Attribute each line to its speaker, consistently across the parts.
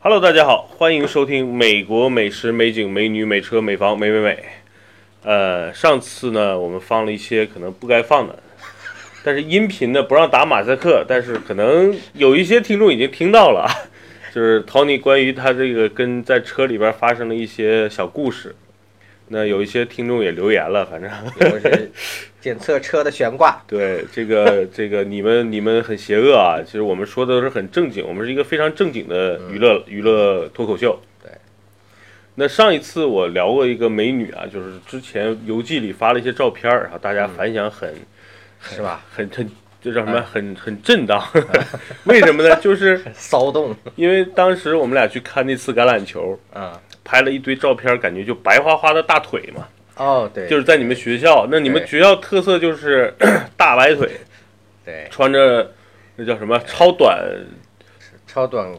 Speaker 1: Hello，大家好，欢迎收听美国美食、美景、美女、美车、美房、美美美。呃，上次呢，我们放了一些可能不该放的，但是音频呢不让打马赛克，但是可能有一些听众已经听到了，就是 Tony 关于他这个跟在车里边发生的一些小故事。那有一些听众也留言了，反正
Speaker 2: 我是检测车的悬 挂，
Speaker 1: 对这 个这个你们你们很邪恶啊！其实我们说的都是很正经，我们是一个非常正经的娱乐、娱乐脱口秀。
Speaker 2: 嗯对。
Speaker 1: 那上一次我聊过一个美女啊，就是之前游记里发了一些照片儿啊，大
Speaker 2: 嗯
Speaker 1: 家反响很、
Speaker 2: 是吧？
Speaker 1: 很很就叫什么、
Speaker 2: 哎
Speaker 1: 很很震荡， 为什么呢？就是
Speaker 2: 骚动，
Speaker 1: 因为当时我们俩去看那次橄榄球，
Speaker 2: 嗯，
Speaker 1: 拍了一堆照片儿，感觉就白花花的大腿嘛，
Speaker 2: 哦，对，
Speaker 1: 就是在你们学校，那你们
Speaker 2: 对
Speaker 1: 学校特色就是 大白腿。
Speaker 2: 对，
Speaker 1: 穿着那叫什么超短
Speaker 2: 超短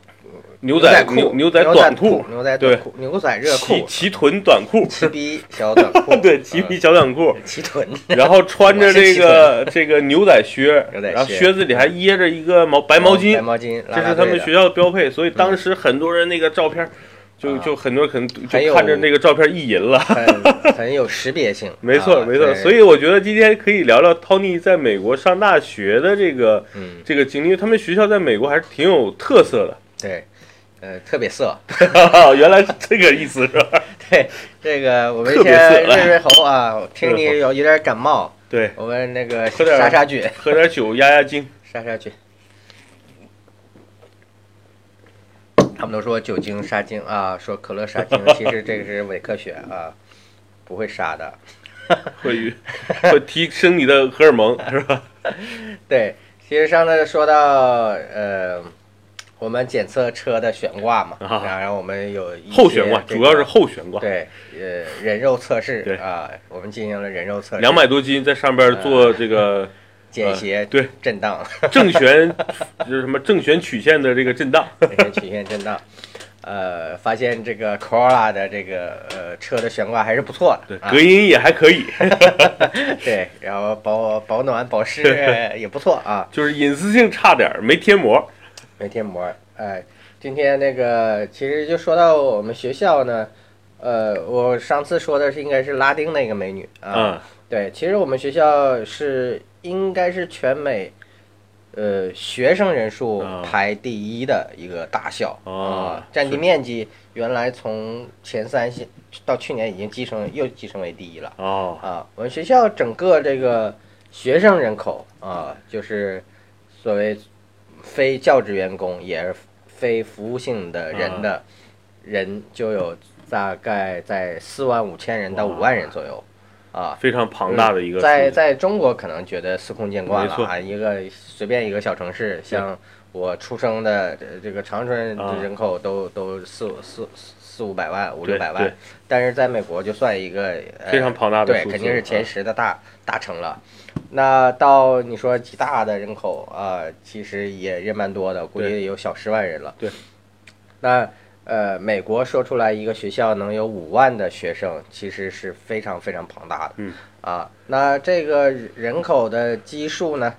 Speaker 1: 牛
Speaker 2: 仔
Speaker 1: 仔
Speaker 2: 裤、
Speaker 1: 牛
Speaker 2: 牛
Speaker 1: 仔短裤，
Speaker 2: 牛仔
Speaker 1: 对
Speaker 2: 短裤、牛仔热
Speaker 1: 齐
Speaker 2: 裤、
Speaker 1: 齐臀短 裤，
Speaker 2: 齐逼小短裤，
Speaker 1: 对，齐
Speaker 2: 嗯
Speaker 1: 皮小短 裤，
Speaker 2: 齐臀，
Speaker 1: 然后穿着
Speaker 2: 我是
Speaker 1: 这
Speaker 2: 齐
Speaker 1: 个这个牛仔靴，
Speaker 2: 牛仔
Speaker 1: 然后
Speaker 2: 靴哦
Speaker 1: 靴子里还掖着一个毛白毛
Speaker 2: 白
Speaker 1: 巾，
Speaker 2: 毛巾，
Speaker 1: 这是他们学
Speaker 2: 校
Speaker 1: 校的标配，所以当时很多人那个照片。就
Speaker 2: 啊
Speaker 1: 就很多人可能
Speaker 2: 很
Speaker 1: 就
Speaker 2: 有
Speaker 1: 看着那个照片意淫了，
Speaker 2: 很很有识别性，
Speaker 1: 没错
Speaker 2: 啊
Speaker 1: 没错，
Speaker 2: 对
Speaker 1: 所以我觉得今天可以聊聊 Tony 在美国上大学的这个
Speaker 2: 嗯，
Speaker 1: 这个经历，因为他们学校在美国还是挺有特色的，
Speaker 2: 对，呃，特别色，
Speaker 1: 原来是这个意思是吧？
Speaker 2: 对，这个我们
Speaker 1: 特别色
Speaker 2: 先润润喉 啊，我听你
Speaker 1: 润
Speaker 2: 有有点感冒，
Speaker 1: 对，
Speaker 2: 我们那个
Speaker 1: 喝点
Speaker 2: 杀杀菌，
Speaker 1: 喝点酒压压惊。
Speaker 2: 杀杀菌。他们都说酒精杀精啊，说可乐 杀精，其实这个是伪科学啊，不会杀的。
Speaker 1: 会 会提升你的荷尔蒙，是吧？
Speaker 2: 对，其实上次说到呃，我们检测车的悬挂嘛，
Speaker 1: 啊
Speaker 2: 然后我们有一些
Speaker 1: 后悬挂
Speaker 2: 这个
Speaker 1: 主要是后悬挂，
Speaker 2: 对呃人肉测试
Speaker 1: 对
Speaker 2: 啊，我们进行了人肉测试，
Speaker 1: 两百多斤在上边做这个
Speaker 2: 间歇
Speaker 1: 对
Speaker 2: 震荡，
Speaker 1: 正弦，就是什么正弦曲线的这个震荡。
Speaker 2: 人身曲线震荡。呃，发现这个 Corolla 的这个呃车的悬挂还是不错
Speaker 1: 对，
Speaker 2: 的，啊
Speaker 1: 隔音也还可以，
Speaker 2: 对，然后保保暖保湿呃也不错啊，
Speaker 1: 就是隐私性差点儿没贴膜。
Speaker 2: 没贴膜儿。哎，今天那个其实就说到我们学校呢，呃，我上次说的是应该是拉丁那个美女啊，
Speaker 1: 嗯，
Speaker 2: 对，其实我们学校是应该是全美。呃，学生人数
Speaker 1: 啊
Speaker 2: 排第一的一个大校啊、
Speaker 1: 哦
Speaker 2: 占地
Speaker 1: 是
Speaker 2: 面积原来从前三线到去年已经跻身又跻身为第一了。
Speaker 1: 哦，
Speaker 2: 啊，我们学校整个这个学生人口啊，就是所谓非教职员工，也是非服务性的
Speaker 1: 啊
Speaker 2: 人的、人，就有大概在四万五千人到
Speaker 1: 哇
Speaker 2: 五万人左右啊。
Speaker 1: 非常庞大的一个数字。
Speaker 2: 在在中国可能觉得司空见惯了
Speaker 1: 没
Speaker 2: 啊，一个随便一个小城市，像我出生的呃这个长春
Speaker 1: 啊
Speaker 2: 的人口都、都四五四四四五百万五
Speaker 1: 对
Speaker 2: 六百
Speaker 1: 对
Speaker 2: 万，但是在美国就算一个、呃、
Speaker 1: 非常庞大的
Speaker 2: 对，
Speaker 1: 数字，
Speaker 2: 肯定是前
Speaker 1: 嗯
Speaker 2: 十的大、大城了。那到你说几大的人口啊、其实也也蛮多的，估计
Speaker 1: 对
Speaker 2: 也有小十万人了。
Speaker 1: 对，
Speaker 2: 那呃，美国说出来一个学校能有五万的学生，其实是非常非常庞大的。
Speaker 1: 嗯
Speaker 2: 啊，那这个人口的基数呢，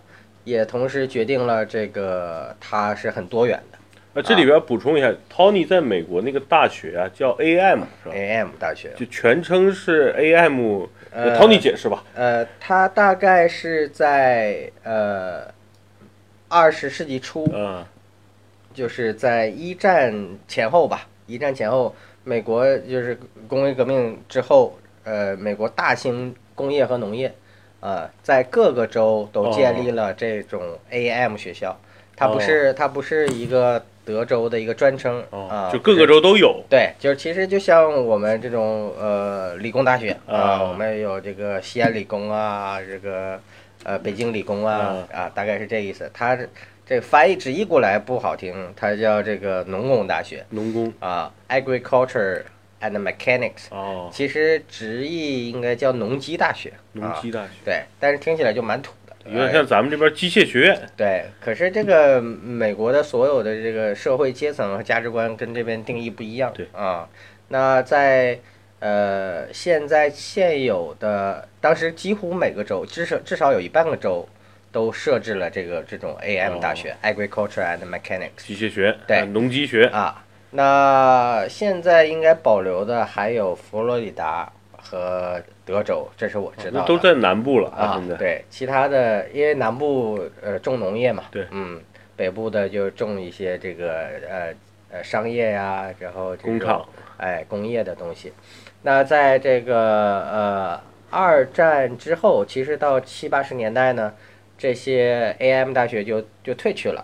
Speaker 2: 也同时决定了这个它是很多元的。
Speaker 1: 啊，这里边补充一下，Tony 在美国那个大学啊，叫 AM 是吧？
Speaker 2: A M 大学，
Speaker 1: 就全称是 AM，Tony
Speaker 2: 呃
Speaker 1: 解释吧。
Speaker 2: 呃，它大概是在呃二十世纪初，
Speaker 1: 嗯，
Speaker 2: 就是在一战前后吧，一战前后，美国就是工业革命之后，呃，美国大兴工业和农业，呃，在各个州
Speaker 1: 哦
Speaker 2: 都建立了这种 AM 学校，它不是、它不是一个德州的一个专称啊、
Speaker 1: 哦，就各个州都有。
Speaker 2: 对，就是其实就像我们这种呃理工大学啊、
Speaker 1: 啊
Speaker 2: 我们有这个西安理工啊，这个呃北京理工啊啊，大概是这意思。它这这翻译直译过来不好听，它叫这个农工大学
Speaker 1: 农工
Speaker 2: 啊，Agriculture and Mechanics，
Speaker 1: 哦，
Speaker 2: 其实直译应该叫农机大学，
Speaker 1: 农
Speaker 2: 啊
Speaker 1: 机大学，
Speaker 2: 对，但是听起来就蛮土的，呃
Speaker 1: 有点像咱们这边机械学院。
Speaker 2: 对，可是这个美国的所有的这个社会阶层和价值观跟这边定义不一样。
Speaker 1: 对
Speaker 2: 啊，那在呃现在现有的，当时几乎每个州，至少至少有一半个州都设置
Speaker 1: 哦
Speaker 2: 了这个这种 AM 大学、a g r i c u l t u r e and Mechanics）。
Speaker 1: 机械学，
Speaker 2: 对
Speaker 1: 啊农机学，
Speaker 2: 啊，那现在应该保留的还有佛罗里达和德州，这是我知
Speaker 1: 那
Speaker 2: 道的。
Speaker 1: 都在南部了啊，
Speaker 2: 啊
Speaker 1: 现，在
Speaker 2: 对，其他的因为南部呃种农业嘛，
Speaker 1: 对
Speaker 2: 嗯，北部的就种一些这个呃呃商业呀、然后这种
Speaker 1: 工厂，
Speaker 2: 哎工业的东西。那在这个呃二战之后，其实到七八十年代呢，这些 AM 大学就就退去了。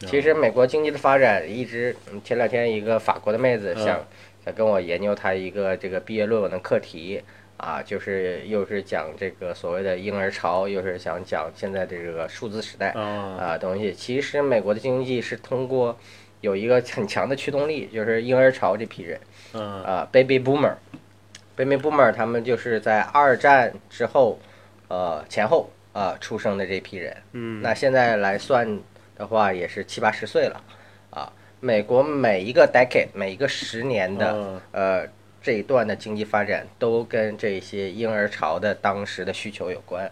Speaker 2: 其实美国经济的发展一直，嗯前两天一个法国的妹子
Speaker 1: 嗯
Speaker 2: 想、想跟我研究她一个这个毕业论文的课题啊，就是又是讲这个所谓的婴儿潮，又是想讲现在这个数字时代
Speaker 1: 啊，
Speaker 2: 啊东西。其实美国的经济是通过有一个很强的驱动力，就是婴儿潮这批人。
Speaker 1: 嗯
Speaker 2: 啊、b a b y Boomer，Baby Boomer 他们就是在二战之后，呃前后啊、出生的这批人。
Speaker 1: 嗯，
Speaker 2: 那现在来算的话，也是七八十岁了啊。美国每一个 decade，每一个十年的、
Speaker 1: 啊
Speaker 2: 呃这一段的经济发展，都跟这些婴儿潮的当时的需求有关。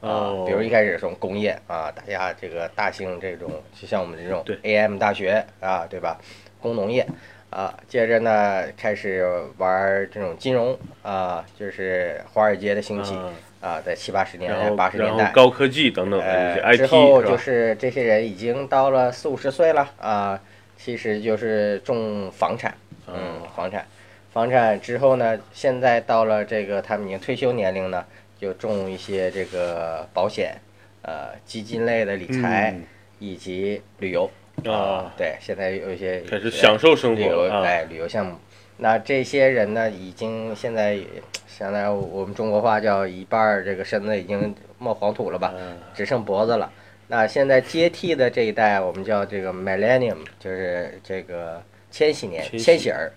Speaker 2: 啊
Speaker 1: 哦，
Speaker 2: 比如一开始从工业啊，大家这个大兴这种，就像我们这种
Speaker 1: 对
Speaker 2: AM 大学啊，对吧？工农业啊，接着呢开始玩这种金融啊，就是华尔街的兴起
Speaker 1: 啊
Speaker 2: 啊，在七八十年
Speaker 1: 然
Speaker 2: 代、
Speaker 1: 后
Speaker 2: 八十年
Speaker 1: 然
Speaker 2: 代
Speaker 1: 后，高科技等等这些
Speaker 2: 呃，之
Speaker 1: IT
Speaker 2: 后
Speaker 1: 是
Speaker 2: 就
Speaker 1: 吧？
Speaker 2: 是这些人已经到了四五十岁了啊，其实就是种房产，嗯，房产，房产之后呢，现在到了这个他们已经退休年龄呢，就种一些这个保险，呃，基金类的理财、
Speaker 1: 嗯
Speaker 2: 以及旅游
Speaker 1: 啊，
Speaker 2: 对，现在有一些
Speaker 1: 开始享受生
Speaker 2: 旅
Speaker 1: 活
Speaker 2: 游
Speaker 1: 啊，
Speaker 2: 哎旅游项目。那这些人呢，已经现在也相当于我们中国话叫一半儿这个身子已经冒黄土了吧，
Speaker 1: 嗯
Speaker 2: 只剩脖子了。那现在接替的这一代，我们叫这个 millennium，就是这个千禧年、
Speaker 1: 千禧
Speaker 2: 千禧儿、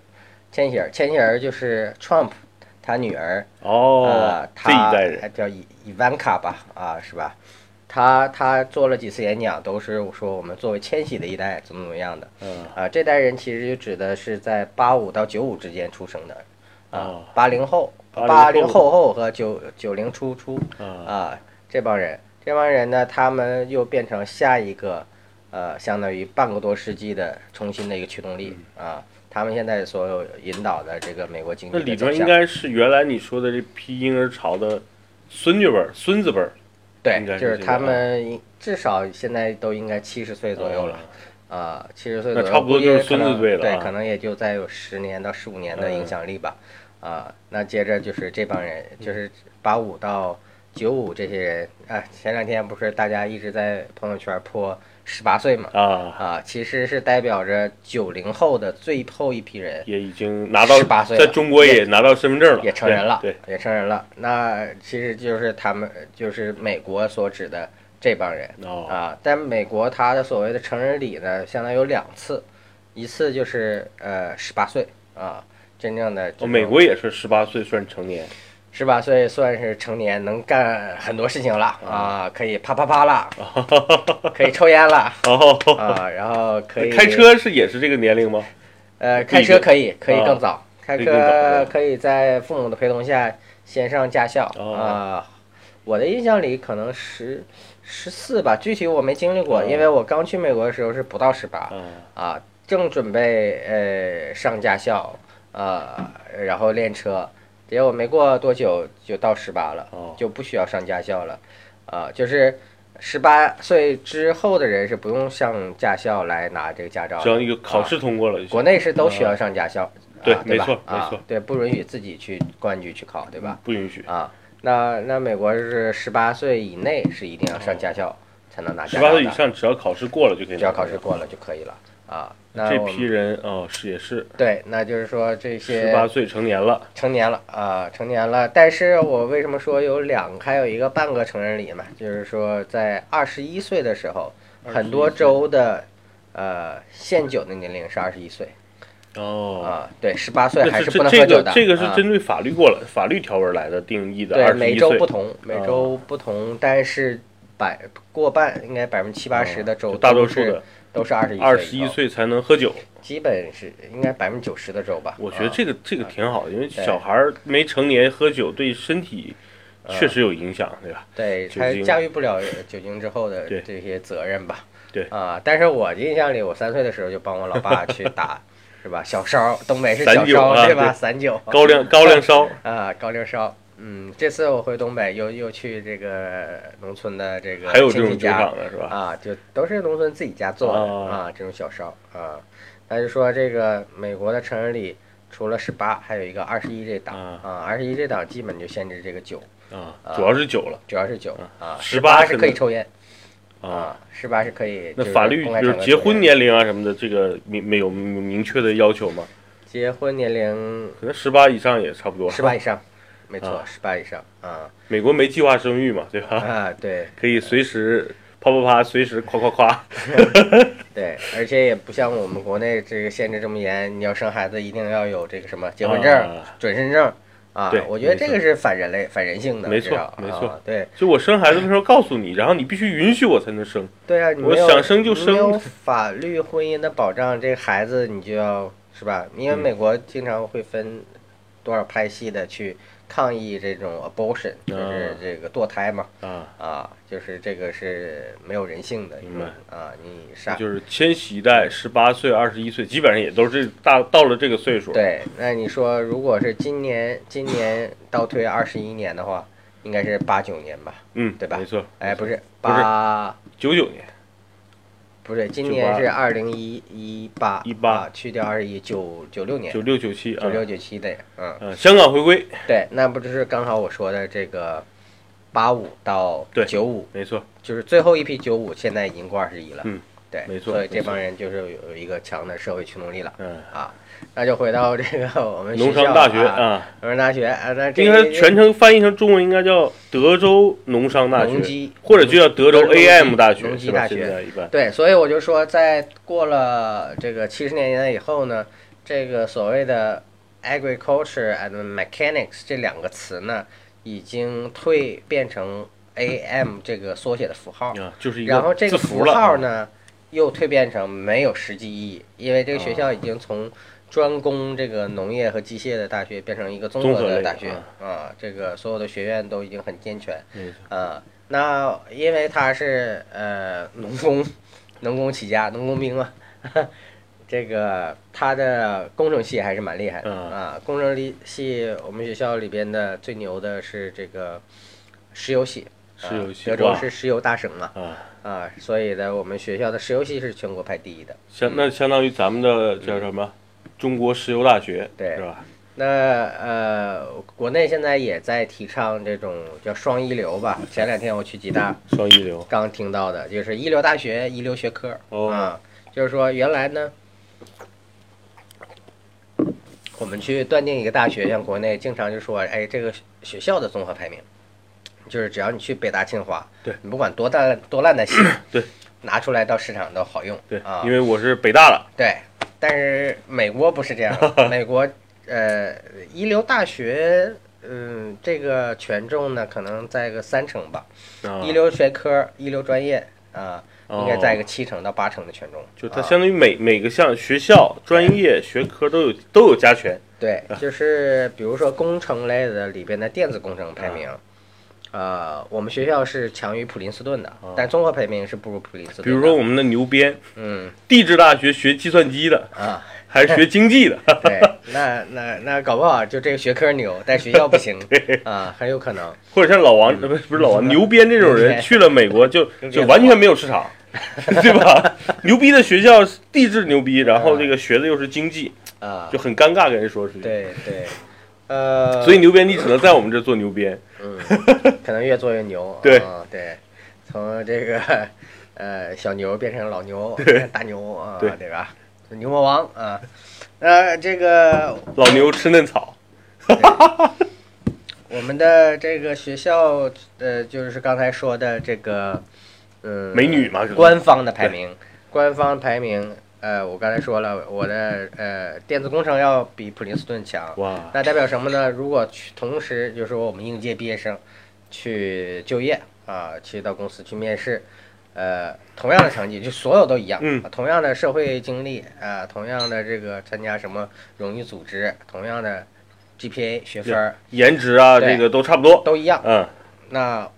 Speaker 2: 千禧儿、千禧儿就是 Trump 他女儿，
Speaker 1: 哦
Speaker 2: 呃，，
Speaker 1: 这一
Speaker 2: 他
Speaker 1: 代人
Speaker 2: 还叫伊伊万卡吧，啊，是吧？他他做了几次演讲，都是说我们作为千禧的一代怎么怎么样的。
Speaker 1: 嗯
Speaker 2: 啊，这代人其实就指的是在八五到九五之间出生的，啊
Speaker 1: 哦，
Speaker 2: 八零后、
Speaker 1: 80
Speaker 2: 八
Speaker 1: 后
Speaker 2: 零后后和九九零初初
Speaker 1: 啊
Speaker 2: 啊这帮人，这帮人呢，他们又变成下一个，呃，相当于半个多世纪的重新的一个驱动力啊。他们现在所有引导的这个美国经
Speaker 1: 嗯
Speaker 2: 济
Speaker 1: 那
Speaker 2: 的
Speaker 1: 里
Speaker 2: 走
Speaker 1: 边应
Speaker 2: 向
Speaker 1: 该是原来你说的这批婴儿潮的孙女辈儿、孙子辈儿，应该
Speaker 2: 对，
Speaker 1: 是
Speaker 2: 就是
Speaker 1: 这
Speaker 2: 他
Speaker 1: 个啊
Speaker 2: 们应至少现在都应该七十岁左右了。啊，七十岁
Speaker 1: 哦那
Speaker 2: 左右，
Speaker 1: 差不多
Speaker 2: 估计
Speaker 1: 就是
Speaker 2: 可
Speaker 1: 孙子
Speaker 2: 能
Speaker 1: 辈了
Speaker 2: 对，
Speaker 1: 啊
Speaker 2: 可能也就再有十年到十五年的
Speaker 1: 嗯
Speaker 2: 影响力吧。啊，那接着就是这帮人，就是八五到九五这些人。啊，前两天不是大家一直在朋友圈泼十八岁嘛？
Speaker 1: 啊，
Speaker 2: 啊，其实是代表着九零后的最后一批人
Speaker 1: 也已经拿到
Speaker 2: 18岁
Speaker 1: 在
Speaker 2: 了
Speaker 1: 中国也拿到身份证了，
Speaker 2: 也成人了，
Speaker 1: 对，对
Speaker 2: 也成人了。那其实就是他们，就是美国所指的这帮人。
Speaker 1: 哦，
Speaker 2: 啊，但美国它的所谓的成人礼呢，相当于有两次，一次就是呃十八岁啊，真正的
Speaker 1: 哦美国也是十八岁算成 年，
Speaker 2: 十八岁算是成年，能干很多事情了
Speaker 1: 哦
Speaker 2: 啊，可以啪啪啪了，可以抽烟了
Speaker 1: 哦，
Speaker 2: 啊，然后可以
Speaker 1: 开，车是也是这个年龄吗？
Speaker 2: 呃，开车可以，可以更早，开
Speaker 1: 啊可以更早
Speaker 2: 车
Speaker 1: 对
Speaker 2: 可以在父母的陪同下先上驾校
Speaker 1: 哦
Speaker 2: 啊。我的印象里可能十十四吧，具体我没经历过，
Speaker 1: 哦
Speaker 2: 因为我刚去美国的时候是不到十八。
Speaker 1: 啊，
Speaker 2: 啊，正准备呃上驾校，呃，然后练车，结果没过多久就到十八了，
Speaker 1: 哦
Speaker 2: 就不需要上驾校了，啊，就是十八岁之后的人是不用上驾校来拿这个驾照
Speaker 1: 只要
Speaker 2: 的，
Speaker 1: 一个考试通过了就行
Speaker 2: 啊
Speaker 1: 嗯
Speaker 2: 国，内是都需要上驾校，
Speaker 1: 对
Speaker 2: 啊、
Speaker 1: 没
Speaker 2: 吧
Speaker 1: 错
Speaker 2: 啊
Speaker 1: 没错
Speaker 2: 对，不允许自己去公安局去考，对吧？
Speaker 1: 不允许，
Speaker 2: 啊，那那美国是十八岁以内是一定要上驾校才能拿
Speaker 1: 哦十
Speaker 2: 驾
Speaker 1: 八
Speaker 2: 照
Speaker 1: 岁以
Speaker 2: 的，
Speaker 1: 上只要考试过了就可以拿，
Speaker 2: 只要考试过了就可以了啊。那
Speaker 1: 这
Speaker 2: 我们
Speaker 1: 批人哦是也是
Speaker 2: 对，那就是说这些
Speaker 1: 十八岁成年了，
Speaker 2: 成年了啊、成年了。但是我为什么说有两，还有一个半个成人礼嘛？就是说在二十一岁的时候，很多州的呃限酒的年龄是二十一岁
Speaker 1: 哦。
Speaker 2: 啊、对，十八岁
Speaker 1: 那
Speaker 2: 还
Speaker 1: 是
Speaker 2: 不
Speaker 1: 这
Speaker 2: 能
Speaker 1: 这
Speaker 2: 喝酒
Speaker 1: 个
Speaker 2: 的。
Speaker 1: 这个是
Speaker 2: 啊
Speaker 1: 针对法律过了法律条文来的定义的，
Speaker 2: 对，
Speaker 1: 二十
Speaker 2: 每
Speaker 1: 一
Speaker 2: 周不
Speaker 1: 岁啊
Speaker 2: 同，每周不同，但是百过半应该百分之七八十的州
Speaker 1: 啊哦就大多
Speaker 2: 都
Speaker 1: 数
Speaker 2: 是
Speaker 1: 的
Speaker 2: 都是二十一
Speaker 1: 二十一
Speaker 2: 以后，
Speaker 1: 岁才能喝酒，
Speaker 2: 基本是应该百分之九十的州吧。
Speaker 1: 我觉得
Speaker 2: 啊
Speaker 1: 这个这个挺好的，因为
Speaker 2: 对
Speaker 1: 小孩儿没成年喝酒对身体
Speaker 2: 啊
Speaker 1: 确实有影响，对吧？
Speaker 2: 对，
Speaker 1: 酒
Speaker 2: 他
Speaker 1: 精
Speaker 2: 驾驭不了酒精之后的
Speaker 1: 对
Speaker 2: 这些责任吧。
Speaker 1: 对
Speaker 2: 啊，但是我印象里，我三岁的时候就帮我老爸去打是吧？小烧，东北是
Speaker 1: 散
Speaker 2: 小
Speaker 1: 酒
Speaker 2: 烧、
Speaker 1: 啊
Speaker 2: 对吧？
Speaker 1: 对
Speaker 2: 散酒，
Speaker 1: 高粱高粱烧，
Speaker 2: 啊，高粱烧。嗯，这次我回东北又又去这个农村的这个
Speaker 1: 还有这
Speaker 2: 亲戚
Speaker 1: 种酒
Speaker 2: 家
Speaker 1: 厂的是吧？
Speaker 2: 啊，就都是农村自己家做的、
Speaker 1: 哦
Speaker 2: 啊，这种小烧啊。但是说这个美国的成人礼，除了十八，还有一个二十一这档
Speaker 1: 啊
Speaker 2: 啊，二十一这档基本就限制这个酒，
Speaker 1: 啊
Speaker 2: 啊，
Speaker 1: 主要是酒了
Speaker 2: 主要是酒
Speaker 1: 嗯
Speaker 2: 啊，
Speaker 1: 18
Speaker 2: 18是可以抽烟
Speaker 1: 啊。，
Speaker 2: 十八是可以就
Speaker 1: 那
Speaker 2: 是
Speaker 1: 法律
Speaker 2: 公开
Speaker 1: 就
Speaker 2: 场
Speaker 1: 是
Speaker 2: 合
Speaker 1: 结
Speaker 2: 抽
Speaker 1: 婚
Speaker 2: 烟
Speaker 1: 年龄啊什么的，这个明没有明明确的要求吗？
Speaker 2: 结婚年龄
Speaker 1: 可能十八以上也差不多。
Speaker 2: 十八以上，没错
Speaker 1: 啊，
Speaker 2: 十八以上啊
Speaker 1: 美国没计划生育嘛，对吧？
Speaker 2: 啊，对
Speaker 1: 可以随时啪啪啪，随时夸夸夸。
Speaker 2: 对，而且也不像我们国内这个限制这么严，你要生孩子一定要有这个什么结婚证、
Speaker 1: 啊
Speaker 2: 准生证啊
Speaker 1: 对。
Speaker 2: 我觉得
Speaker 1: 没错
Speaker 2: 这个是反人类、反人性的，
Speaker 1: 没错
Speaker 2: 知道
Speaker 1: 没错
Speaker 2: 啊对
Speaker 1: 就我生孩子的时候告诉你，然后你必须允许我才能生。
Speaker 2: 对啊，你
Speaker 1: 我
Speaker 2: 没有
Speaker 1: 想生就生
Speaker 2: 没有法律婚姻的保障，这个孩子你就要是吧？因为
Speaker 1: 嗯
Speaker 2: 美国经常会分多少派系的去抗议这种 abortion，就是
Speaker 1: 啊
Speaker 2: 这个堕胎嘛。
Speaker 1: 啊，
Speaker 2: 啊，就是这个是没有人性的一
Speaker 1: 明
Speaker 2: 种
Speaker 1: 白
Speaker 2: 啊，你杀
Speaker 1: 就是千禧一代，十八岁、二十一岁，基本上也都是这大到了这个岁数。
Speaker 2: 对。那你说，如果是今年今年倒推二十一年的话，应该是八九年吧？
Speaker 1: 嗯，
Speaker 2: 对吧
Speaker 1: 没错。
Speaker 2: 哎，不是
Speaker 1: 不是
Speaker 2: 八，
Speaker 1: 九九年，
Speaker 2: 不对，今
Speaker 1: 98
Speaker 2: 年是二零一一八啊
Speaker 1: 18
Speaker 2: 去掉二十一，九九六年，
Speaker 1: 九六九七啊
Speaker 2: 九，六九七的，嗯，
Speaker 1: 呃，香港回归，
Speaker 2: 对，那不就是刚好我说的这个八五到
Speaker 1: 对
Speaker 2: 九五，
Speaker 1: 没错，
Speaker 2: 就是最后一批九五，现在已经过二十一了，
Speaker 1: 嗯，
Speaker 2: 对，
Speaker 1: 没错
Speaker 2: 所以这
Speaker 1: 没错
Speaker 2: 帮人就是有有一个强的社会驱动力了。
Speaker 1: 嗯，
Speaker 2: 啊，那就回到这个我们
Speaker 1: 农
Speaker 2: 学校
Speaker 1: 商大学
Speaker 2: 啊，
Speaker 1: 啊，
Speaker 2: 农商大学啊，那这
Speaker 1: 应该全称翻译成中文应该叫德州农商大
Speaker 2: 农
Speaker 1: 学，
Speaker 2: 机
Speaker 1: 或者就叫德州
Speaker 2: 农机
Speaker 1: AM 大
Speaker 2: 农
Speaker 1: 学，
Speaker 2: 机
Speaker 1: 是
Speaker 2: 大
Speaker 1: 吧？
Speaker 2: 学
Speaker 1: 现在一般
Speaker 2: 对，所以我就说，在过了这个七十年代以后呢，这个所谓的 agriculture and mechanics 这两个词呢，已经蜕变成 AM 这个缩写的符号，
Speaker 1: 啊，就是一
Speaker 2: 然后这
Speaker 1: 字
Speaker 2: 个
Speaker 1: 符
Speaker 2: 符
Speaker 1: 了
Speaker 2: 号
Speaker 1: 啊。
Speaker 2: 呢，又蜕变成没有实际意义，因为这个学校已经从专攻这个农业和机械的大学变成一个综
Speaker 1: 综
Speaker 2: 合
Speaker 1: 合
Speaker 2: 的
Speaker 1: 类
Speaker 2: 大学
Speaker 1: 啊
Speaker 2: 啊，这个所有的学院都已经很健全
Speaker 1: 没错
Speaker 2: 啊。那因为他是呃农工，农工起家，农工兵嘛， 这个他的工程系还是蛮厉害的
Speaker 1: 嗯
Speaker 2: 啊。工程里系我们学校里边的最牛的是这个石油系，啊
Speaker 1: 石油系
Speaker 2: 德州
Speaker 1: 哇
Speaker 2: 是石油大省嘛。
Speaker 1: 啊，
Speaker 2: 啊，所以呢，我们学校的石油系是全国排第一的。
Speaker 1: 相那相当于咱们的叫什么？中国石油大学，
Speaker 2: 对
Speaker 1: 是吧？
Speaker 2: 那呃，国内现在也在提倡这种叫双一流吧。前两天我去吉大，
Speaker 1: 双一流，
Speaker 2: 刚听到的就是一流大学、一流学科、
Speaker 1: 哦
Speaker 2: 啊，就是说原来呢，我们去断定一个大学，像国内经常就说，哎，这个学学校的综合排名，就是只要你去北大、清华，
Speaker 1: 对，
Speaker 2: 你不管多大多烂的系
Speaker 1: 对，
Speaker 2: 拿出来到市场都好用，
Speaker 1: 对
Speaker 2: 啊，，
Speaker 1: 因为我是北大了，
Speaker 2: 对，但是美国不是这样， 美国呃，一流大学，嗯，这个权重呢可能在个三成吧，
Speaker 1: 啊
Speaker 2: 一流学科、一流专业啊，
Speaker 1: 哦
Speaker 2: 应该在个七成到八成的权重。
Speaker 1: 就它
Speaker 2: 啊
Speaker 1: 相当于每每个项学校、专业、学科都有都有加权，
Speaker 2: 对，就是比如说工程类的里边的电子工程排名。
Speaker 1: 啊
Speaker 2: 呃，我们学校是强于普林斯顿的，但综合排名是不如普林斯顿的。
Speaker 1: 比如说，我们的牛鞭，
Speaker 2: 嗯
Speaker 1: 地质大学学计算机的，
Speaker 2: 啊，
Speaker 1: 还是学经济的，
Speaker 2: 对，那那那搞不好就这个学科牛，但学校不 行啊，很有可能。
Speaker 1: 或者像老王，呃不是不是老 王，牛鞭这种
Speaker 2: 嗯对
Speaker 1: 人去了美 国就
Speaker 2: 跟别
Speaker 1: 就
Speaker 2: 的
Speaker 1: 完全没有市场， 对吧？ 牛逼的学校地质牛逼，然后这个学的又是经济，
Speaker 2: 啊
Speaker 1: 就，很尴尬跟人说出去。
Speaker 2: 对对，呃，
Speaker 1: 所以牛鞭你只能在我们这做牛鞭，
Speaker 2: 嗯，可能越做越牛，
Speaker 1: 对
Speaker 2: 啊对，从这个呃小牛变成老牛，大牛啊，
Speaker 1: 对
Speaker 2: 对吧？牛魔王啊，那这个
Speaker 1: 老牛吃嫩草，
Speaker 2: 我们的这个学校呃，就是刚才说的这个嗯，
Speaker 1: 美女嘛可能
Speaker 2: 官方的排名，官方排名。呃，我刚才说了，我的呃电子工程要比普林斯顿强，
Speaker 1: 哇，
Speaker 2: 那代表什么呢？如果去同时，就是说我们应届毕业生去就业啊，去到公司去面试，呃，同样的成绩，就所有都一样，
Speaker 1: 嗯
Speaker 2: 啊同样的社会经历啊，同样的这个参加什么荣誉组织，同样的 GPA 学分儿
Speaker 1: 颜值啊
Speaker 2: 对
Speaker 1: 这个都差不多，
Speaker 2: 都一样。
Speaker 1: 嗯，
Speaker 2: 那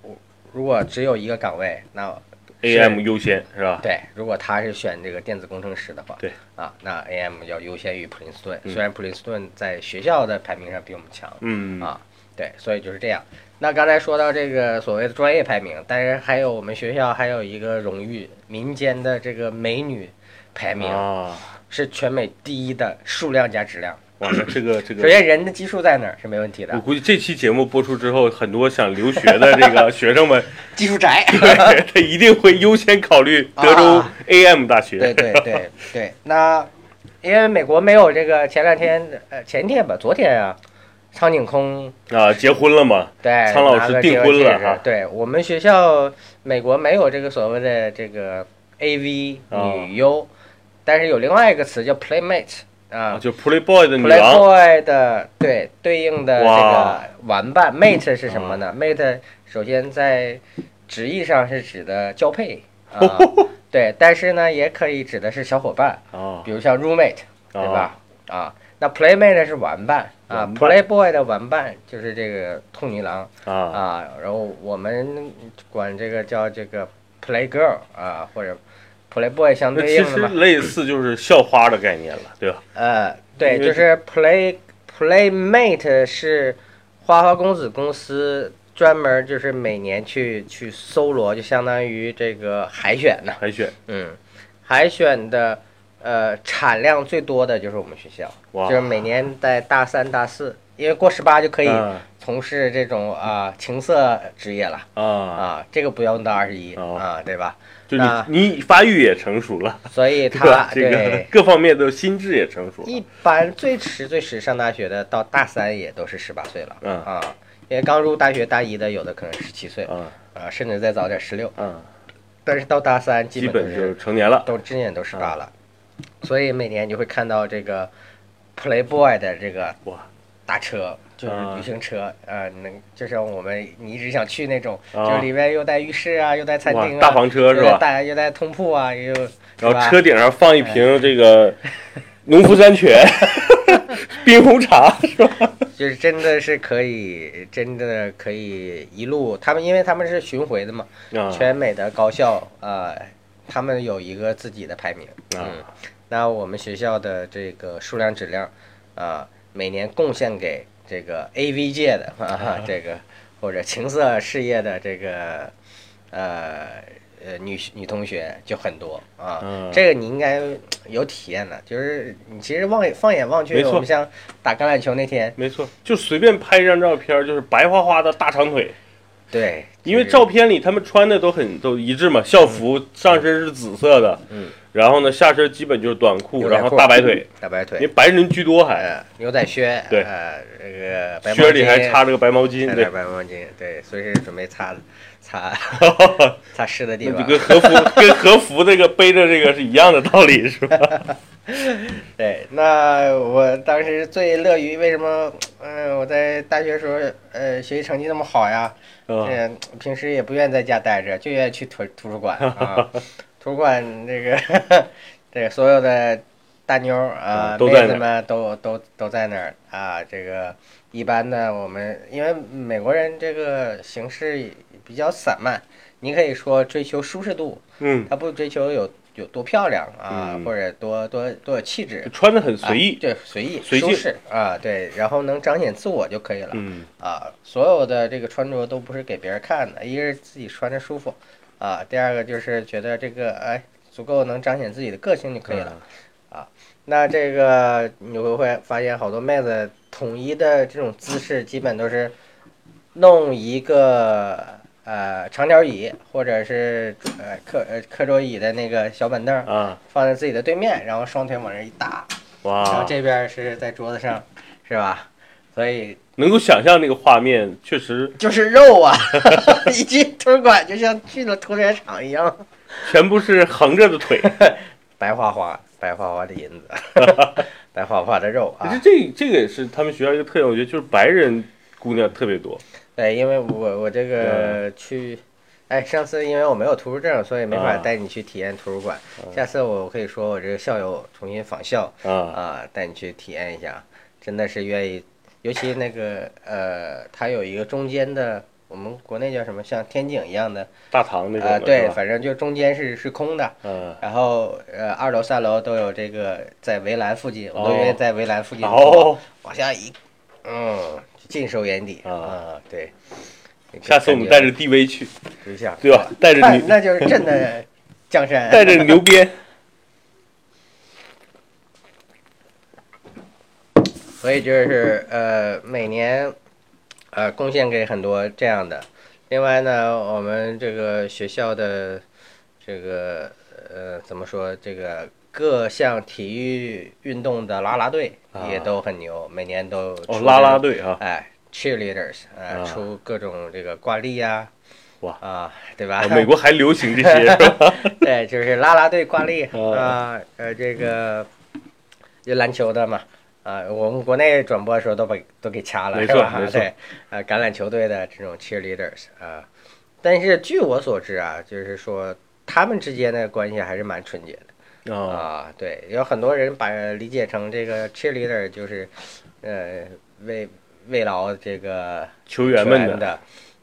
Speaker 2: 我如果只有一个岗位，那
Speaker 1: ，AM 优先是吧？
Speaker 2: 对，如果他是选这个电子工程师的话，
Speaker 1: 啊对
Speaker 2: 啊，那 AM 要优先于普林斯顿。虽然普林斯顿在学校的排名上比我们强，
Speaker 1: 嗯，
Speaker 2: 啊，对，所以就是这样。那刚才说到这个所谓的专业排名，但是还有我们学校还有一个荣誉，民间的这个美女排名、
Speaker 1: 啊，
Speaker 2: 是全美第一的数量加质量。
Speaker 1: 哇，那这个这
Speaker 2: 首
Speaker 1: 个，
Speaker 2: 先人的基数在哪儿是没问题
Speaker 1: 我
Speaker 2: 的，
Speaker 1: 估计这期节目播出之后，很多想留学的这个学生 们，
Speaker 2: 基数窄。
Speaker 1: 对，他一定会优先考虑德州
Speaker 2: 啊
Speaker 1: AM 大学。
Speaker 2: 对对对对，那因为美国没有这个前两天呃前天吧，昨天啊，苍井空
Speaker 1: 啊，结婚了嘛？
Speaker 2: 对
Speaker 1: 苍老
Speaker 2: 拿
Speaker 1: 师
Speaker 2: 个
Speaker 1: 订
Speaker 2: 结
Speaker 1: 婚了
Speaker 2: 戒指
Speaker 1: 哈
Speaker 2: 对我们学校美国没有这个所谓的这个 AV
Speaker 1: 哦
Speaker 2: 女优，但是有另外一个词叫 playmate
Speaker 1: 啊，
Speaker 2: 啊。
Speaker 1: 就 Playboy 的女郎
Speaker 2: Playboy 的对对应的这
Speaker 1: 哇嗯
Speaker 2: 个玩伴 mate 是什么呢、m a t e 首先在直译上是指的交配 啊，对，但是呢也可以指的是小伙伴，
Speaker 1: 啊，
Speaker 2: 比如像 roommate，对吧？啊，那 playmate 是玩伴
Speaker 1: 哦
Speaker 2: 啊
Speaker 1: 玩伴
Speaker 2: ，playboy 的玩伴就是这个兔女郎
Speaker 1: 啊
Speaker 2: 啊，然后我们管这个叫这个 playgirl 啊，或者 playboy 相
Speaker 1: 那
Speaker 2: 对
Speaker 1: 其
Speaker 2: 应的
Speaker 1: 实
Speaker 2: 嘛，
Speaker 1: 类似就是校花的概念了，对吧？
Speaker 2: 呃，对，
Speaker 1: 因为
Speaker 2: 就是 play playmate 是花花公子公司。专门就是每年去去搜罗，就相当于这个海选呐、
Speaker 1: 海选，
Speaker 2: 嗯，海选的呃产量最多的就是我们学校，
Speaker 1: 哇
Speaker 2: 就是每年在大三、大四，因为过十八就可以
Speaker 1: 啊
Speaker 2: 从事这种啊、情色职业了
Speaker 1: 啊，
Speaker 2: 啊，这个不用到二十一
Speaker 1: 哦
Speaker 2: 啊，对吧？
Speaker 1: 就
Speaker 2: 那
Speaker 1: 你你发育也成熟了，
Speaker 2: 所以
Speaker 1: 对吧
Speaker 2: 他？
Speaker 1: 这个
Speaker 2: 对。
Speaker 1: 各方面都心智也成熟了，
Speaker 2: 一般最迟最迟上大学的，到大三也都是十八岁了、
Speaker 1: 嗯
Speaker 2: 啊，因为刚入大学大一的，有的可能十七岁
Speaker 1: 啊
Speaker 2: 啊，甚至再早点十六，
Speaker 1: 啊，
Speaker 2: 但是到大三基
Speaker 1: 基
Speaker 2: 本都
Speaker 1: 本
Speaker 2: 是
Speaker 1: 就嗯成年了
Speaker 2: 都今年都十八了，所以每年你就会看到这个 Playboy 的这个
Speaker 1: 哇
Speaker 2: 大车，就是
Speaker 1: 啊
Speaker 2: 旅行车，呃，能就像我们你一直想去那种，
Speaker 1: 啊
Speaker 2: 就是里面又带浴室啊，又带餐
Speaker 1: 哇
Speaker 2: 厅啊，，
Speaker 1: 大房车是
Speaker 2: 又带
Speaker 1: 吧？
Speaker 2: 带又带通铺啊，又
Speaker 1: 然
Speaker 2: 是吧
Speaker 1: 后车顶上放一瓶这个农夫山 泉冰红茶是吧？
Speaker 2: 就是真的是可以，真的可以一路他们，因为他们是巡回的嘛，
Speaker 1: 啊
Speaker 2: 全美的高校呃，他们有一个自己的排名。嗯
Speaker 1: 啊，
Speaker 2: 那我们学校的这个数量质量，啊、每年贡献给这个 AV 界的啊，这个或者情色事业的这个，呃呃女女同学就很多啊。
Speaker 1: 嗯
Speaker 2: 这个你应该有体验的，就是你其实望放眼望
Speaker 1: 没
Speaker 2: 去，
Speaker 1: 错
Speaker 2: 我们像打橄榄球那天，
Speaker 1: 没错，就随便拍一张照片儿，就是白花花的大长腿，
Speaker 2: 对，
Speaker 1: 因为
Speaker 2: 就是
Speaker 1: 照片里他们穿的都很都一致嘛，校服上身是紫色的，
Speaker 2: 嗯，
Speaker 1: 然后呢下身基本就是短
Speaker 2: 牛
Speaker 1: 裤，
Speaker 2: 仔
Speaker 1: 然后
Speaker 2: 裤
Speaker 1: 大白腿，，
Speaker 2: 嗯大白
Speaker 1: 因为
Speaker 2: 腿，
Speaker 1: 白人居多还，
Speaker 2: 呃，牛仔靴，
Speaker 1: 对
Speaker 2: 呃，这个白
Speaker 1: 靴里
Speaker 2: 毛
Speaker 1: 还
Speaker 2: 巾
Speaker 1: 插着个白毛巾，
Speaker 2: 带
Speaker 1: 对
Speaker 2: 点，白毛巾，对，随时准备擦擦擦湿的地
Speaker 1: 那就跟和
Speaker 2: 方。
Speaker 1: 服跟和服这个背着这个是一样的道理， 是吧？啊
Speaker 2: 对，那我当时最乐于为什么，嗯、我在大学时候，呃，学习成绩那么好呀？
Speaker 1: 啊
Speaker 2: 这、平时也不愿意在家待着，就愿意去图图书 馆啊。图书馆这个， 这个所有的大妞儿啊
Speaker 1: 嗯、都在
Speaker 2: 妹
Speaker 1: 那
Speaker 2: 子
Speaker 1: 儿
Speaker 2: 们都都都在那儿啊。这个一般呢，我们因为美国人这个行事比较散漫，你可以说追求舒适度，
Speaker 1: 嗯，
Speaker 2: 他不追求有有多漂亮啊，
Speaker 1: 嗯
Speaker 2: 或者多多多有气质
Speaker 1: 就，穿的很随
Speaker 2: 啊
Speaker 1: 意，
Speaker 2: 对，随意、
Speaker 1: 随
Speaker 2: 舒
Speaker 1: 性
Speaker 2: 适啊，对，然后能彰显自我就可以了、
Speaker 1: 嗯，
Speaker 2: 啊。所有的这个穿着都不是给别人看的，一个是自己穿着舒服啊，第二个就是觉得这个哎足够能彰显自己的个性就可以了。那这个你会会发现好多妹子统一的这种姿势，基本都是弄一个呃长条椅或者是呃课呃课桌椅的那个小板凳。
Speaker 1: 啊，
Speaker 2: 放在自己的对面，然后双腿往这一搭，然后
Speaker 1: 哇，
Speaker 2: 这边是在桌子上，是吧？所以
Speaker 1: 能够想象那个画面，确实
Speaker 2: 就是肉啊， 一进图书馆就像去了屠宰场一样，
Speaker 1: 全部是横着的 腿，
Speaker 2: 白花花、白花花的银子， 白花花的肉
Speaker 1: 可是
Speaker 2: 啊。
Speaker 1: 这这个也是他们学校一个特点，我觉得就是白人姑娘特别多，
Speaker 2: 对，哎因为我我这
Speaker 1: 嗯
Speaker 2: 个去，哎，上次因为我没有图书证，所以没法
Speaker 1: 啊嗯
Speaker 2: 带你去体验图书馆。下次我可以说我这个校友重新仿效
Speaker 1: 啊
Speaker 2: 啊，带你去体验一下，真的是愿意。尤其那个呃，它有一个中间的我们国内叫什么，像天井一样的，
Speaker 1: 大堂那种
Speaker 2: 呃，
Speaker 1: 的，
Speaker 2: 对，
Speaker 1: 是吧
Speaker 2: 反正就中间是是空的，
Speaker 1: 嗯，
Speaker 2: 然后呃，二楼、三楼都有这个在围栏附近，我
Speaker 1: 哦
Speaker 2: 都愿意在围栏附 近
Speaker 1: 然
Speaker 2: 走，
Speaker 1: 后
Speaker 2: 往下一，嗯，尽收眼底
Speaker 1: 啊
Speaker 2: 啊，对。
Speaker 1: 下次我们带着 DV 去，
Speaker 2: 一下，
Speaker 1: 对吧？带着
Speaker 2: 看
Speaker 1: 牛，
Speaker 2: 那就是朕的江山，
Speaker 1: 带着牛鞭，
Speaker 2: 所以就是呃，每年呃贡献给很多这样的。另外呢，我们这个学校的这个呃怎么说，这个各项体育运动的啦啦队
Speaker 1: 啊
Speaker 2: 也都很牛，每年都出
Speaker 1: 哦，
Speaker 2: 这
Speaker 1: 啦啦
Speaker 2: 种
Speaker 1: 队啊，
Speaker 2: 哎 cheerleaders 哎、
Speaker 1: 啊
Speaker 2: 出各种这个挂历呀、
Speaker 1: 哇
Speaker 2: 啊，对吧？
Speaker 1: 啊美国还流行这些，是吧？
Speaker 2: 对，就是啦啦队挂历
Speaker 1: 啊
Speaker 2: 啊，呃，这个有篮球的嘛，啊，我们国内转播的时候都把都给掐了，
Speaker 1: 没错
Speaker 2: 是吧
Speaker 1: 没错
Speaker 2: 对，啊，橄榄球队的这种 cheerleaders 啊，但是据我所知啊，就是说他们之间的关系还是蛮纯洁的、
Speaker 1: 啊，
Speaker 2: 啊。对，有很多人把理解成这个 cheerleader 就是，呃，为慰劳这个
Speaker 1: 球员们
Speaker 2: 全的，